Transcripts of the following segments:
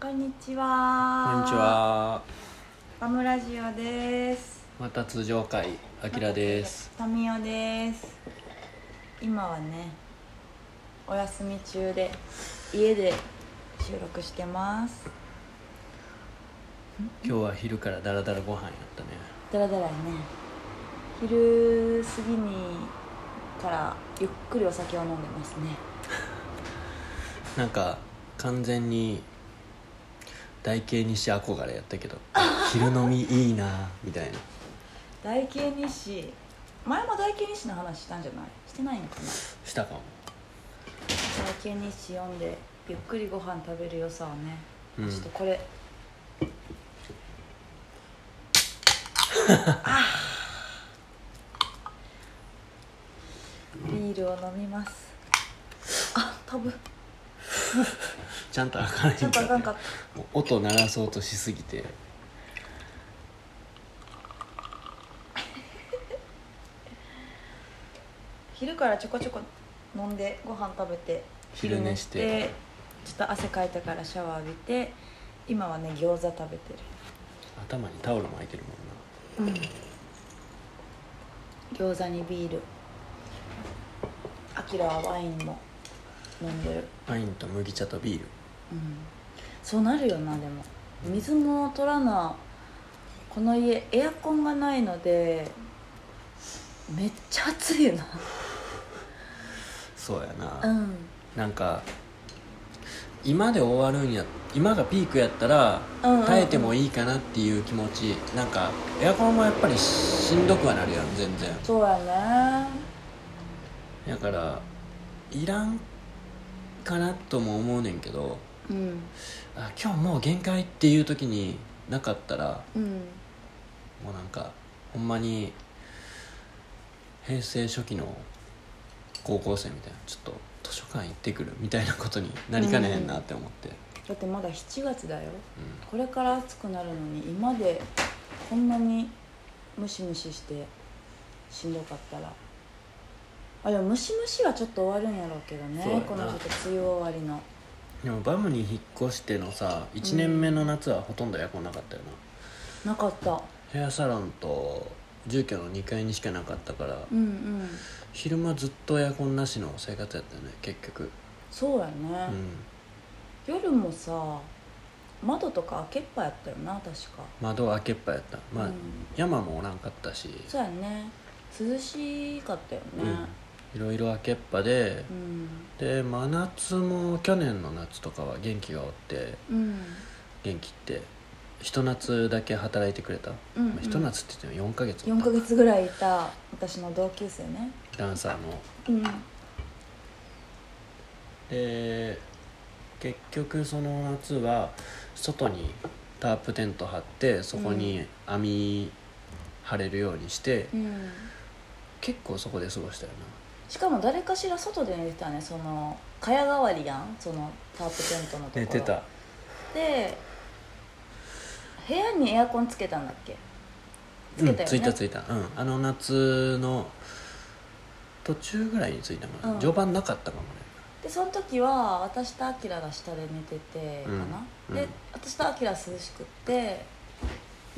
こんにちこは。んにち。は。バムラジオです。また通常会、あきらです。。タミオです。今はね、お休み中で家で収録してます。今日は昼からダラダラご飯やったね。だらだらね、昼過ぎにからゆっくりお酒を飲んでますね。なんか完全に台形にして憧れやったけど、昼飲みいいなみたいな。大慶西前も大慶西の話したんじゃない？してないのかな？したかも。大慶西読んでゆっくりご飯食べる良さをね。うんちょっとこ れ。あービールを飲みます。あ、多分ちゃんと開かないんちょっとあだかよんねかっもう音鳴らそうとしすぎて。昼からちょこちょこ飲んでご飯食べて昼寝して昼寝ちょっと汗かいたからシャワー浴びて今はね餃子食べて頭にタオル巻いてるもんな。る、餃子にビールあきらはワインも飲んでるワインと麦茶とビール。うんそうなるよなでも水も取らなこの家エアコンがないのでめっちゃ暑いよなそうやな。うんなんか今で終わるんや今がピークやったらうんうんうん耐えてもいいかなっていう気持ち、なんかエアコンもやっぱりしんどくはなるやん全然そうやねだからいらんかなとも思うねんけどうんあ今日もう限界っていう時になかったらうんもうなんかほんまに平成初期の高校生みたいなちょっと図書館行ってくるみたいなことになりかねへんなって思って、だってまだ7月だようんこれから暑くなるのに今でこんなにムシムシしてしんどかったらあでもムシムシはちょっと終わるんやろうけどねそうやなこのちょっと梅雨終わりのでもバムに引っ越してのさ1年目の夏はほとんどエアコンなかったよな、なかったヘアサロンと住居の2階にしかなかったから、うんうん昼間ずっとエアコンなしの生活やったよね結局そうやうね、ん夜もさ窓とか開けっぱやったよな確か窓開けっぱやったまあ、うん山もおらんかったしそうやね涼しかったよねいろいろ開けっぱでうんで真夏も去年の夏とかは元気がおってうん元気って一夏だけ働いてくれた、うんうんまあ一夏って言っても4ヶ月お4ったヶ月ぐらいいた私の同級生ねダンサーのうんで結局その夏は外にタープテント張ってそこに網張れるようにして、うん結構そこで過ごしたよしかも誰かしら外で寝てたねその蚊帳代わりやんそのタープテントのとこなろ寝てたで部屋にエアコンつけたんだっけつうけんたよね、ついたついたうんあの夏の途中ぐらいについたかな、うん序盤なかったかもねでその時は私とアキラが下で寝ててかな、うんうでん私とアキラ涼しくって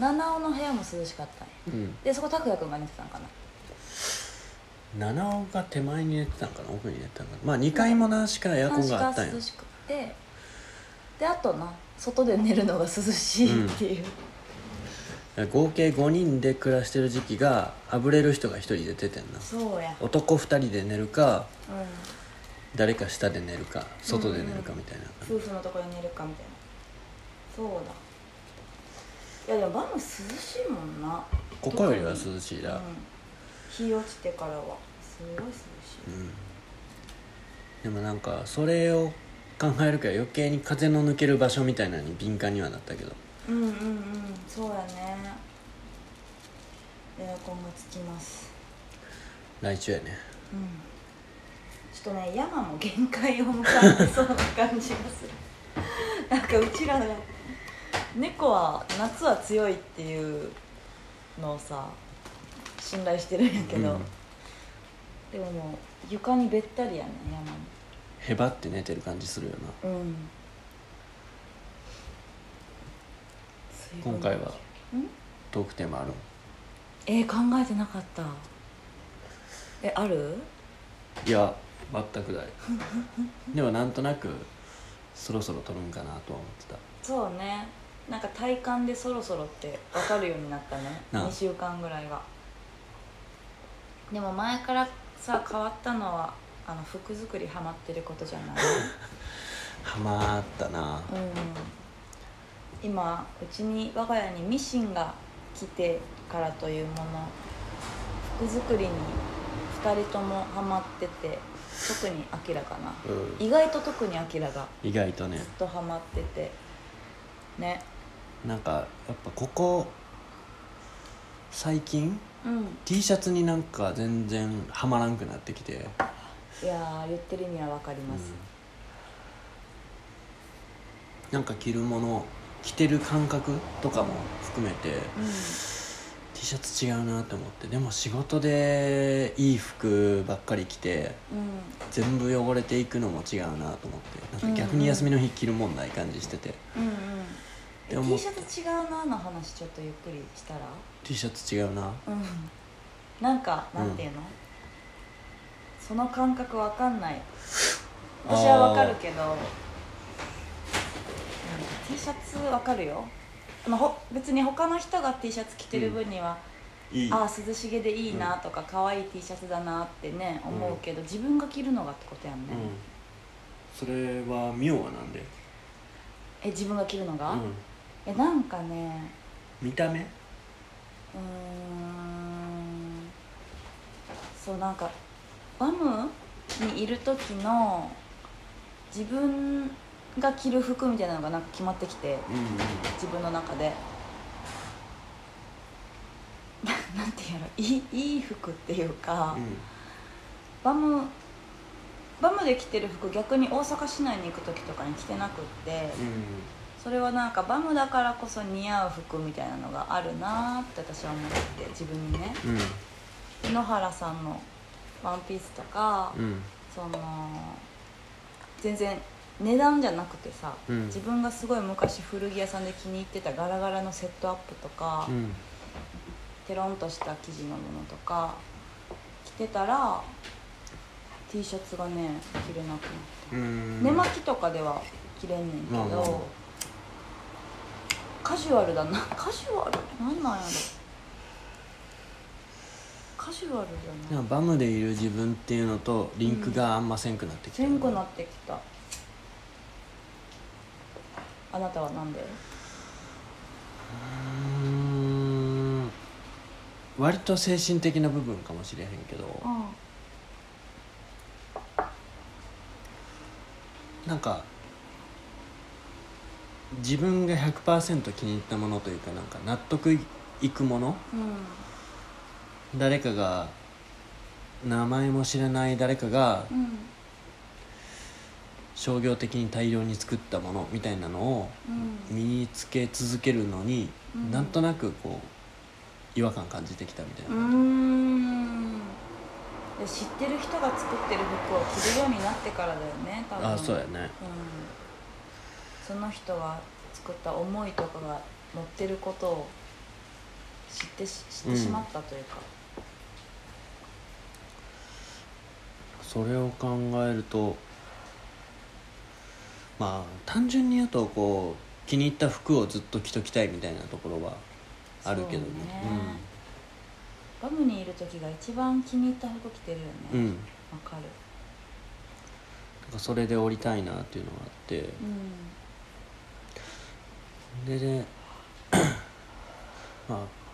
七尾の部屋も涼しかったんやうんでそこ拓哉君が寝てたんかな七尾が手前に寝てたんかな奥に寝てたんかなまあ2階もなしかエアコンがあったん半地や下涼しくてであとな外で寝るのが涼しいっていう、合計5人で暮らしてる時期があぶれる人が1人出ててんなそうや、男2人で寝るかうん誰か下で寝るか外で寝るかみたいな、夫婦のとこに寝るかみたいなそうだいやでもバム涼しいもんなここよりは涼しいなうん、日落ちてからはすごい涼しい、うんでもなんかそれを考えるから余計に風の抜ける場所みたいなのに敏感にはなったけどうん、うんうんそうやねエアコンがつきます来週やねうんちょっとね山も限界を迎えてそうな感じがする なんかうちらの猫は夏は強いっていうのをさ信頼してるんやけど、うんでももう床にべったりやねへばって寝てる感じするよな山にうん今回はうんトークテーマあるんえー、考えてなかったえあるいや全くない でもなんとなくそろそろ撮るんかなとは思ってたそうねなんか体感でそろそろって分かるようになったねなあ2週間ぐらいがでも前からさ変わったのはあの服作りハマってることじゃ ないハマったなうん今うちに我が家にミシンが来てからというもの服作りに2人ともハマってて特にアキラかなうん意外と特にアキラが意外とねずっとハマっててねなんかやっぱここ最近うん T シャツになんか全然ハマらんくなってきて、いやー言ってる意味は分かりうんます、なんか着るもの着てる感覚とかも含めて、う T シャツ違うなと思ってでも仕事でいい服ばっかり着てん、うん、全部汚れていくのも違うなと思ってなんか逆に休みの日着るもんない感じしてて、うんでうもんも T うシャツ違うなの話ちょっとゆっくりしたら T シャツ違うなうんなんかなんていうの、その感覚わかんない私はわかるけどなんか T シャツわかるよ、まあ、ほ別に他の人が T シャツ着てる分には、いいああ涼しげでいいなとか、可愛い T シャツだなってね思うけど、自分が着るのがってことやんね、うん、それはミオはなんで、え自分が着るのが、うん、えなんかね見た目うーんそうなんかバムにいる時の自分が着る服みたいなのがなんか決まってきてうんうん自分の中で ななんていうのいいいい服っていうか、バムバムで着てる服逆に大阪市内に行く時とかに着てなくってうそれはなんかバムだからこそ似合う服みたいなのがあるなーって私は思ってて自分にねんうん井ノ原さんのワンピースとか、うんその全然値段じゃなくてさ、うん自分がすごい昔古着屋さんで気に入ってたガラガラのセットアップとか、うんテロンとした生地のものとか着てたら T シャツがね着れなくなった、うん寝巻きとかでは着れんねんけど、まあまあまあカジュアルだな カジュアルなんなんやろカジュアルじゃないなんかバムでいる自分っていうのとリンクがあんませんくなってきてせんくなってきたあなたはなんでうーん割と精神的な部分かもしれへんけどうんなんか自分が100%気に入ったものというかなんか納得いくものうん誰かが名前も知らない誰かがうん商業的に大量に作ったものみたいなのをうん身につけ続けるのに、うんなんとなくこう違和感感じてきたみたいうな、んで知ってる人が作ってる服を着るようになってからだよね多分あそうやねうん、その人が作った思いとかが乗ってることを知ってし知ってしまったというか、それを考えるとまあ単純に言うとこう気に入った服をずっと着ときたいみたいなところはあるけどねそうねバムにいる時が一番気に入った服着てるよねうん、うん、わな、かるんかそれで降りたいなっていうのがあって、うでね まあ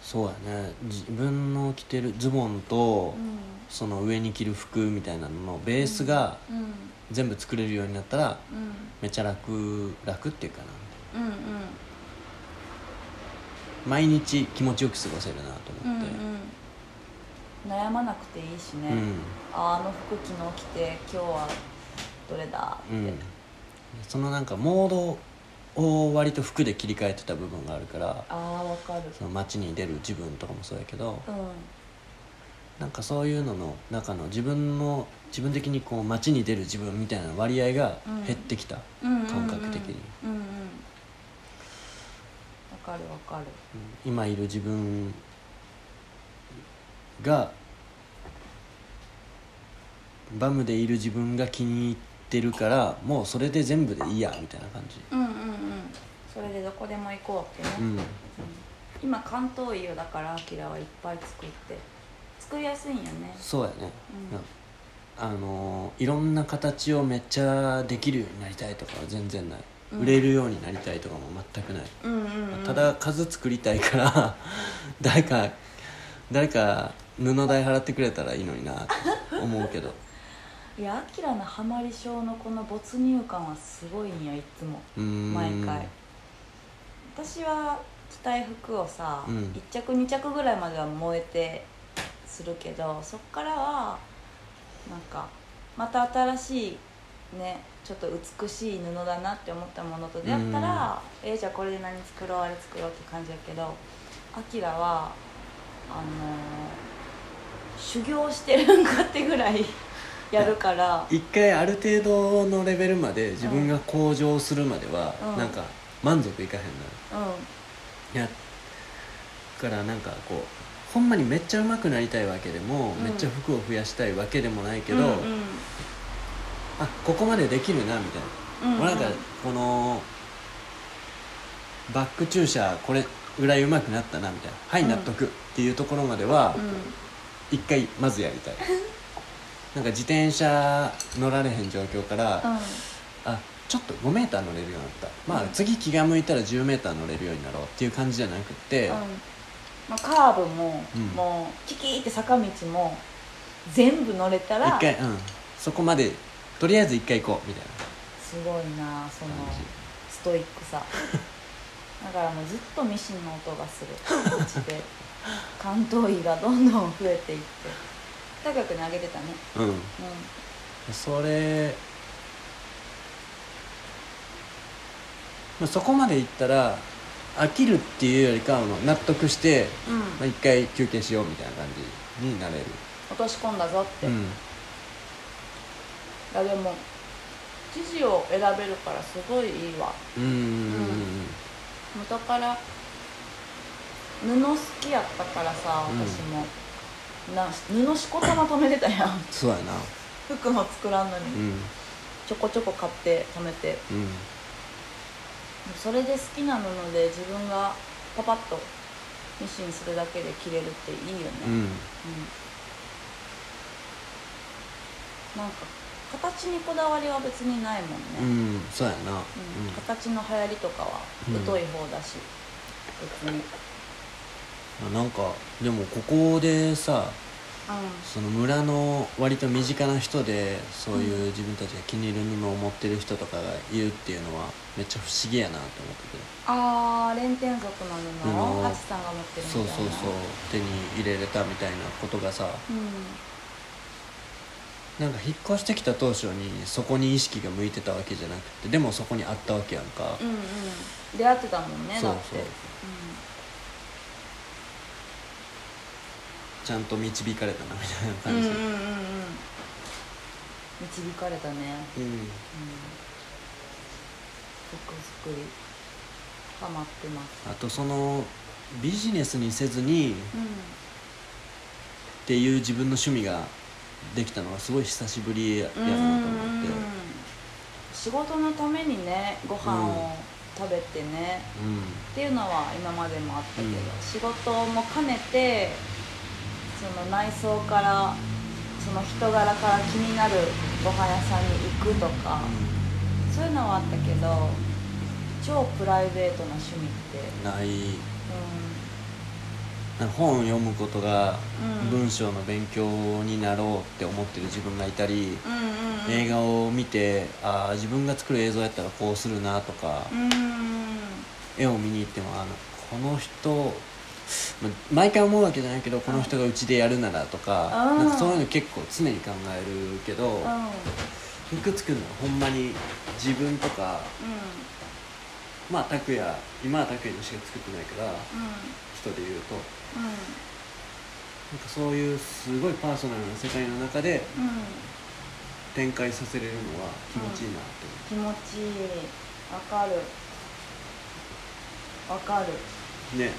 そうやね自分の着てるズボンと、んうんその上に着る服みたいなののベースがうん全部作れるようになったらうんめっちゃ楽楽っていうかなうんうん毎日気持ちよく過ごせるなとうん思ってうん悩まなくていいしね、ああの服昨日着て今日はどれだって、うん、うん、そのなんかモードを割と服で切り替えてた部分があるからああわかるその街に出る自分とかもそうやけどうんなんかそういうのの中の自分の自分的にこう街に出る自分みたいな割合が減ってきた、感感覚的にうんうんかる今いる自分がバムでいる自分が気に入ってるからもうそれで全部でいいやみたいな感じうんうんうんそれでどこでも行こうってね、うん今関東医だからアキラはいっぱい作って作りやすいんよねそうやね、うんあのーいろんな形をめっちゃできるようになりたいとかは全然ない、うん売れるようになりたいとかも全くない、うんうん、うん、ただ数作りたいから 誰か誰か布代払ってくれたらいいのになって思う けどいやアキラのハマり症のこの没入感はすごいんやいつもうーん毎回私は着たい服をさ、うん1着2着ぐらいまでは燃えてするけどそっからはなんかまた新しいねちょっと美しい布だなって思ったものと出会ったら、えーじゃあこれで何作ろうあれ作ろうって感じだけどアキラはあのー修行してるんかってぐらい やるから一回ある程度のレベルまで自分が向上するまでは、うんなんか満足いかへんのよういやだからなんかこうほんまにめっちゃ上手くなりたいわけでも、うんめっちゃ服を増やしたいわけでもないけんど、うんあここまでできるなみたいなうんうんもうなんかこのバック駐車これぐらいうまくなったなみたいなはいうん納得っていうところまではうん一回まずやりたいなんか自転車乗られへん状況から、うんあちょっと 5m 乗れるようになったまあ、うん次気が向いたら 10m 乗れるようになろうっていう感じじゃなくて、うんまあ、カーブも、うんもうキキーって坂道も全部乗れたら一回うんそこまでとりあえず一回行こうみたいすごいなそのな感じストイック さだからもうずっとミシンの音がするうちで 関東医がどんどん増えていって高く投げてたねうんうそれ、まあ、そこまでいったら飽きるっていうよりかはもう納得して、ん、うんまあ、一回休憩しようみたいな感じになれる、落とし込んだぞって、ういん、やでも生地を選べるからすごいいいわうんうん元から布好きやったからさうん私も、な布しこたま止めてたやん そうやな服も作らんのに、うんちょこちょこ買って止めてうんそれで好きな布で自分がパパッとミシンするだけで着れるっていいよね、ううんんなんか形にこだわりは別にないもんね、うんそうやなうんうん形の流行りとかはうん疎い方だし、別に、うん、まあなんかでもここでさその村の割と身近な人でそういう自分たちが気に入る布を持ってる人とかがいるっていうのはめっちゃ不思議やなと思っててあー連天族の布を布ハチさんが持ってるみたそいうなそうそう手に入れれたみたいなことがさうなんか引っ越してきた当初にそこに意識が向いてたわけじゃなくてでもそこにあったわけやんか、ん、うんうん出会ってたもんねそうだってそうちゃんと導かれたなみたいうなん、うん感じうんうんうん導かれたね、うん、うん、服作りハマってますあとそのビジネスにせずにうんっていう自分の趣味ができたのはすごい久しぶりやなと思って仕事のためにねご飯を食べてね、っていうのは今までもあったけど、うん仕事も兼ねてその内装からその人柄から気になるご飯屋さんに行くとか、うそういうのはあったけど超プライベートな趣味ってん、うん、ないうんなんか本を読むことがうん文章の勉強になろうって思ってる自分がいたり、うんうんうん映画を見てあー自分が作る映像やったらこうするなとか、うん絵を見に行ってもあのこの人ま毎回思うわけじゃないけどこの人がうちでやるならとかうんなんかそういうの結構常に考えるけどうんうん服作るのはほんまに自分とかまあ拓也今は拓也にしか作ってないから人で言うとうんなんかそういうすごいパーソナルな世界の中でうん展開させれるのは気持ちいいなって気持ちいいわかるわかる思ね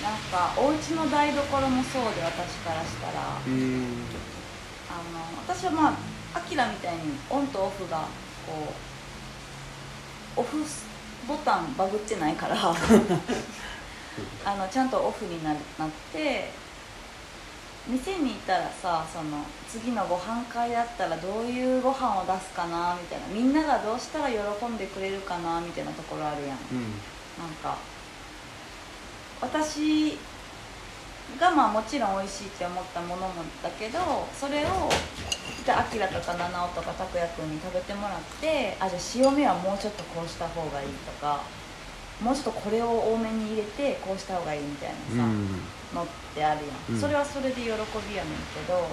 なんかお家の台所もそうで私からしたら、あうのん私はまあアキラみたいにオンとオフがこうオフボタンバグってないからあのちゃんとオフになるなって店にいたらさその次のご飯会だったらどういうご飯を出すかなみたいなみんながどうしたら喜んでくれるかなみたいなところあるやんうんなんか私がまあもちろん美味しいって思ったものもだけどそれをあきらとか七尾とか拓也君に食べてもらってあじゃあ塩味はもうちょっとこうした方がいいとかもうちょっとこれを多めに入れてこうした方がいいみたいなさ、のってあるやん、うんそれはそれで喜びやねんけど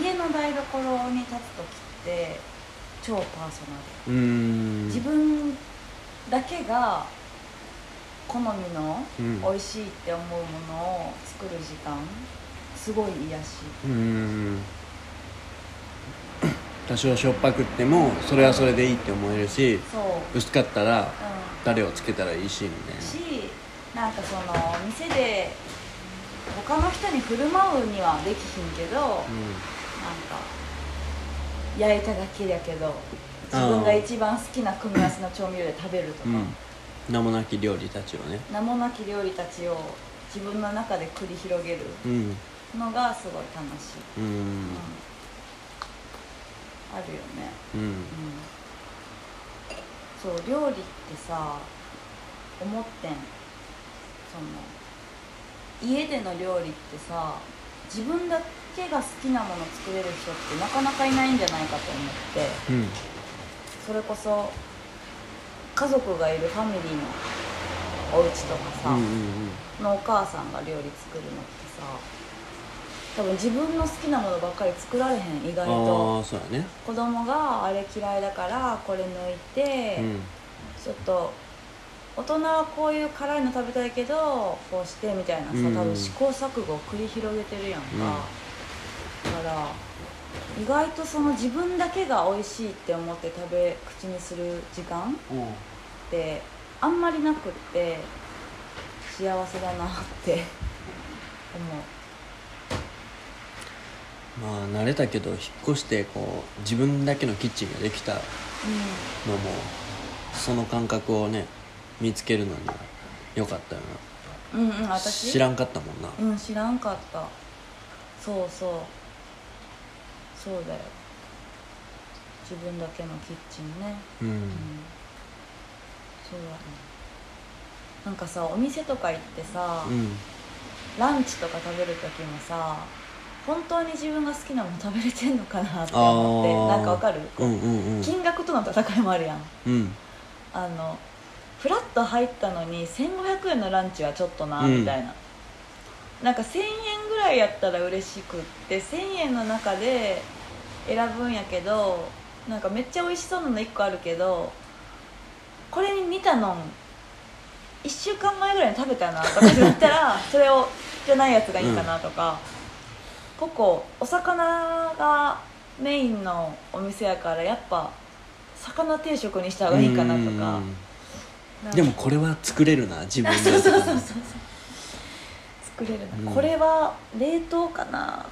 家の台所に立つ時って超パーソナルうんうん自分だけが好みのうん美味しいって思うものを作る時間すごい癒しうん多少しょっぱくってもそれはそれでいいって思えるしそう、う薄かったらん、誰をつけたらいいしみしなんかその店で他の人に振る舞うにはできひんけど、なんかた焼いただけやけど自分が一番好きな組み合わせの調味料で食べるとか、いな、うん、名もなき料理たちをね名もなき料理たちを自分の中で繰り広げるうんのがすごい楽しい。うんあるよね、うんうん、そう料理ってさ思ってんその家での料理ってさ自分だけが好きなもの作れる人ってなかなかいないんじゃないかと思ってうんそれこそ家族がいるファミリーのお家とかさ、うんうんのお母さんが料理作るのってさ多分自分の好きなものばっかり作られへん意あ外あと。ーそうだね子供があれ嫌いだからこれ抜いて、うんちょっと大人はこういう辛いの食べたいけどこうしてみたいなさ、うん多分試行錯誤を繰り広げてるやんか、うんだから意外とその自分だけが美味しいって思って食べ口にする時間ってあんまりなくって幸せだなって思まあ慣れたけど引っ越してこう自分だけのキッチンができたう、のもその感覚をね見つけるのには良かったようん、うんうんな私知らんかったもんなうん知らんかったそうそうそうだよ自分だけのキッチンねうん、うんそうだねなんかさお店とか行ってさ、うんランチとか食べる時もさ本当に自分が好きなもの食べれてんのかなって思ってあーなんかわかる、うんうんうん金額との戦いもあるやんうんあのフラッと入ったのに1500円のランチはちょっとな、うんみたいななんか1000円ぐらいやったら嬉しくって1000円の中で選ぶんやけどなんかめっちゃ美味しそうなの1個あるけどこれに似たのん1週間前ぐらいに食べたなとかだった らそれをじゃないやつがいいかなとか、ここお魚がメインのお店やからやっぱ魚定食にした方がいいかなとかうんなんかでもこれは作れるな自分あでそうそうそうそうそう作れるな、うんこれは冷凍かな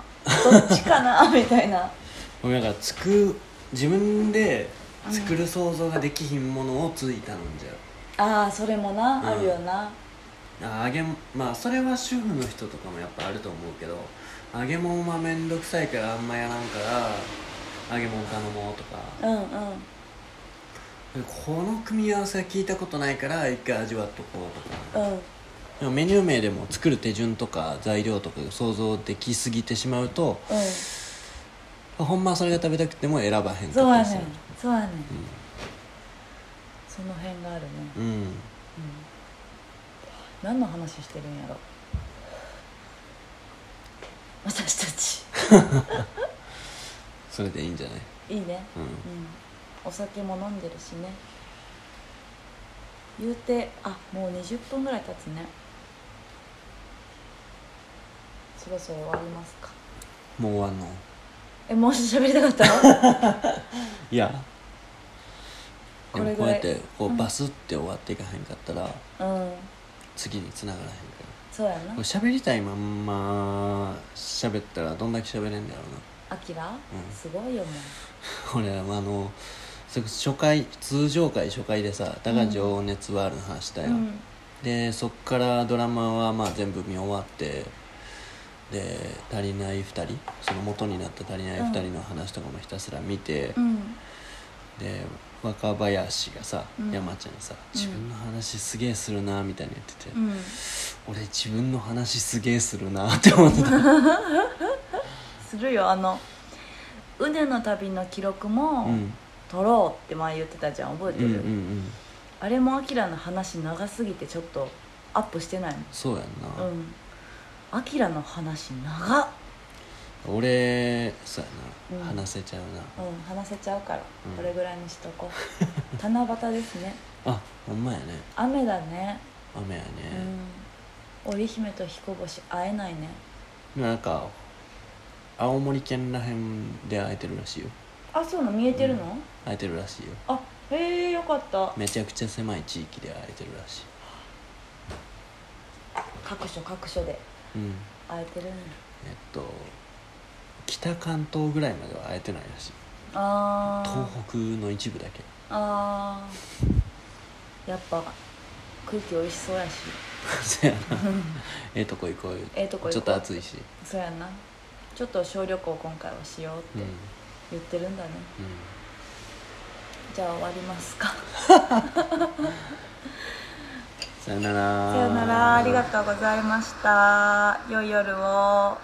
どっちか なみたいなもうなんか作自分で作る想像ができひんものをついたんじゃああそれもな、うんあるよなあ揚げもまあそれは主婦の人とかもやっぱあると思うけど揚げ物はめんどくさいからあんまやらんから揚げ物頼もうとかうんうんこの組み合わせは聞いたことないから一回味わっとこうとかうんでもメニュー名でも作る手順とか材料とかが想像できすぎてしまうとうんほんまはそれが食べたくても選ばへんそうかやったねりすんるそうやねん、その辺があるね、うん、うん何の話してるんやろ私たちそれでいいんじゃないいいねうんうんお酒も飲んでるしね言うてあもう20分ぐらい経つねそろそろ終わりますかもう終わんのえもう喋りたかったいやでもここれぐうらやいってこううんバスって終わっていかへんかったら うん次に繋がらへんからそうやなこれ喋りたいまんま喋ったらどんだけ喋れんだろアキラ、んすごいよもうな 俺らあのそれこそ初回通常回初回でさ「だが情熱はある」の話だう、よ、うん、でそっからドラマはまあ全部見終わってで「足りない2人」その元になった「足りない2人」の話とかもひたすら見て、うん、で若林がさ、うん山ちゃんにさう「ん自分の話すげえするな」みたいに言ってて、うん、俺自分の話すげえするなって思ってたするよあのうねの旅の記録もうん撮ろうって前言ってたじゃん覚えてうんうる、んうんあれもアキラの話長すぎてちょっとアップしてないそうやんもな、んうんアキラの話長っ俺そうやな、うん話せちゃううな、ん話せちゃうから、うんこれぐらいにしとこう七夕ですねあほんまやね雨だね、雨やね、うん織姫と彦星会えないねでもなんか青森県らへんで会えてるらしいよあそうなの見えてるの、う会えてるらしいよあへえよかっためちゃくちゃ狭い地域で会えてるらしい各所各所でうん会えてるんだえっと北関東ぐらいまでは会えてないらしいあー東北の一部だけ あーやっぱ空気美味しそうやしそやなええとこ行こうよええとこ行こうちょっと暑いしそうやなちょっと小旅行今回はしよううんっうてん言ってるんだね、じゃあ終わりますかさよならさよならありがとうございました良い夜を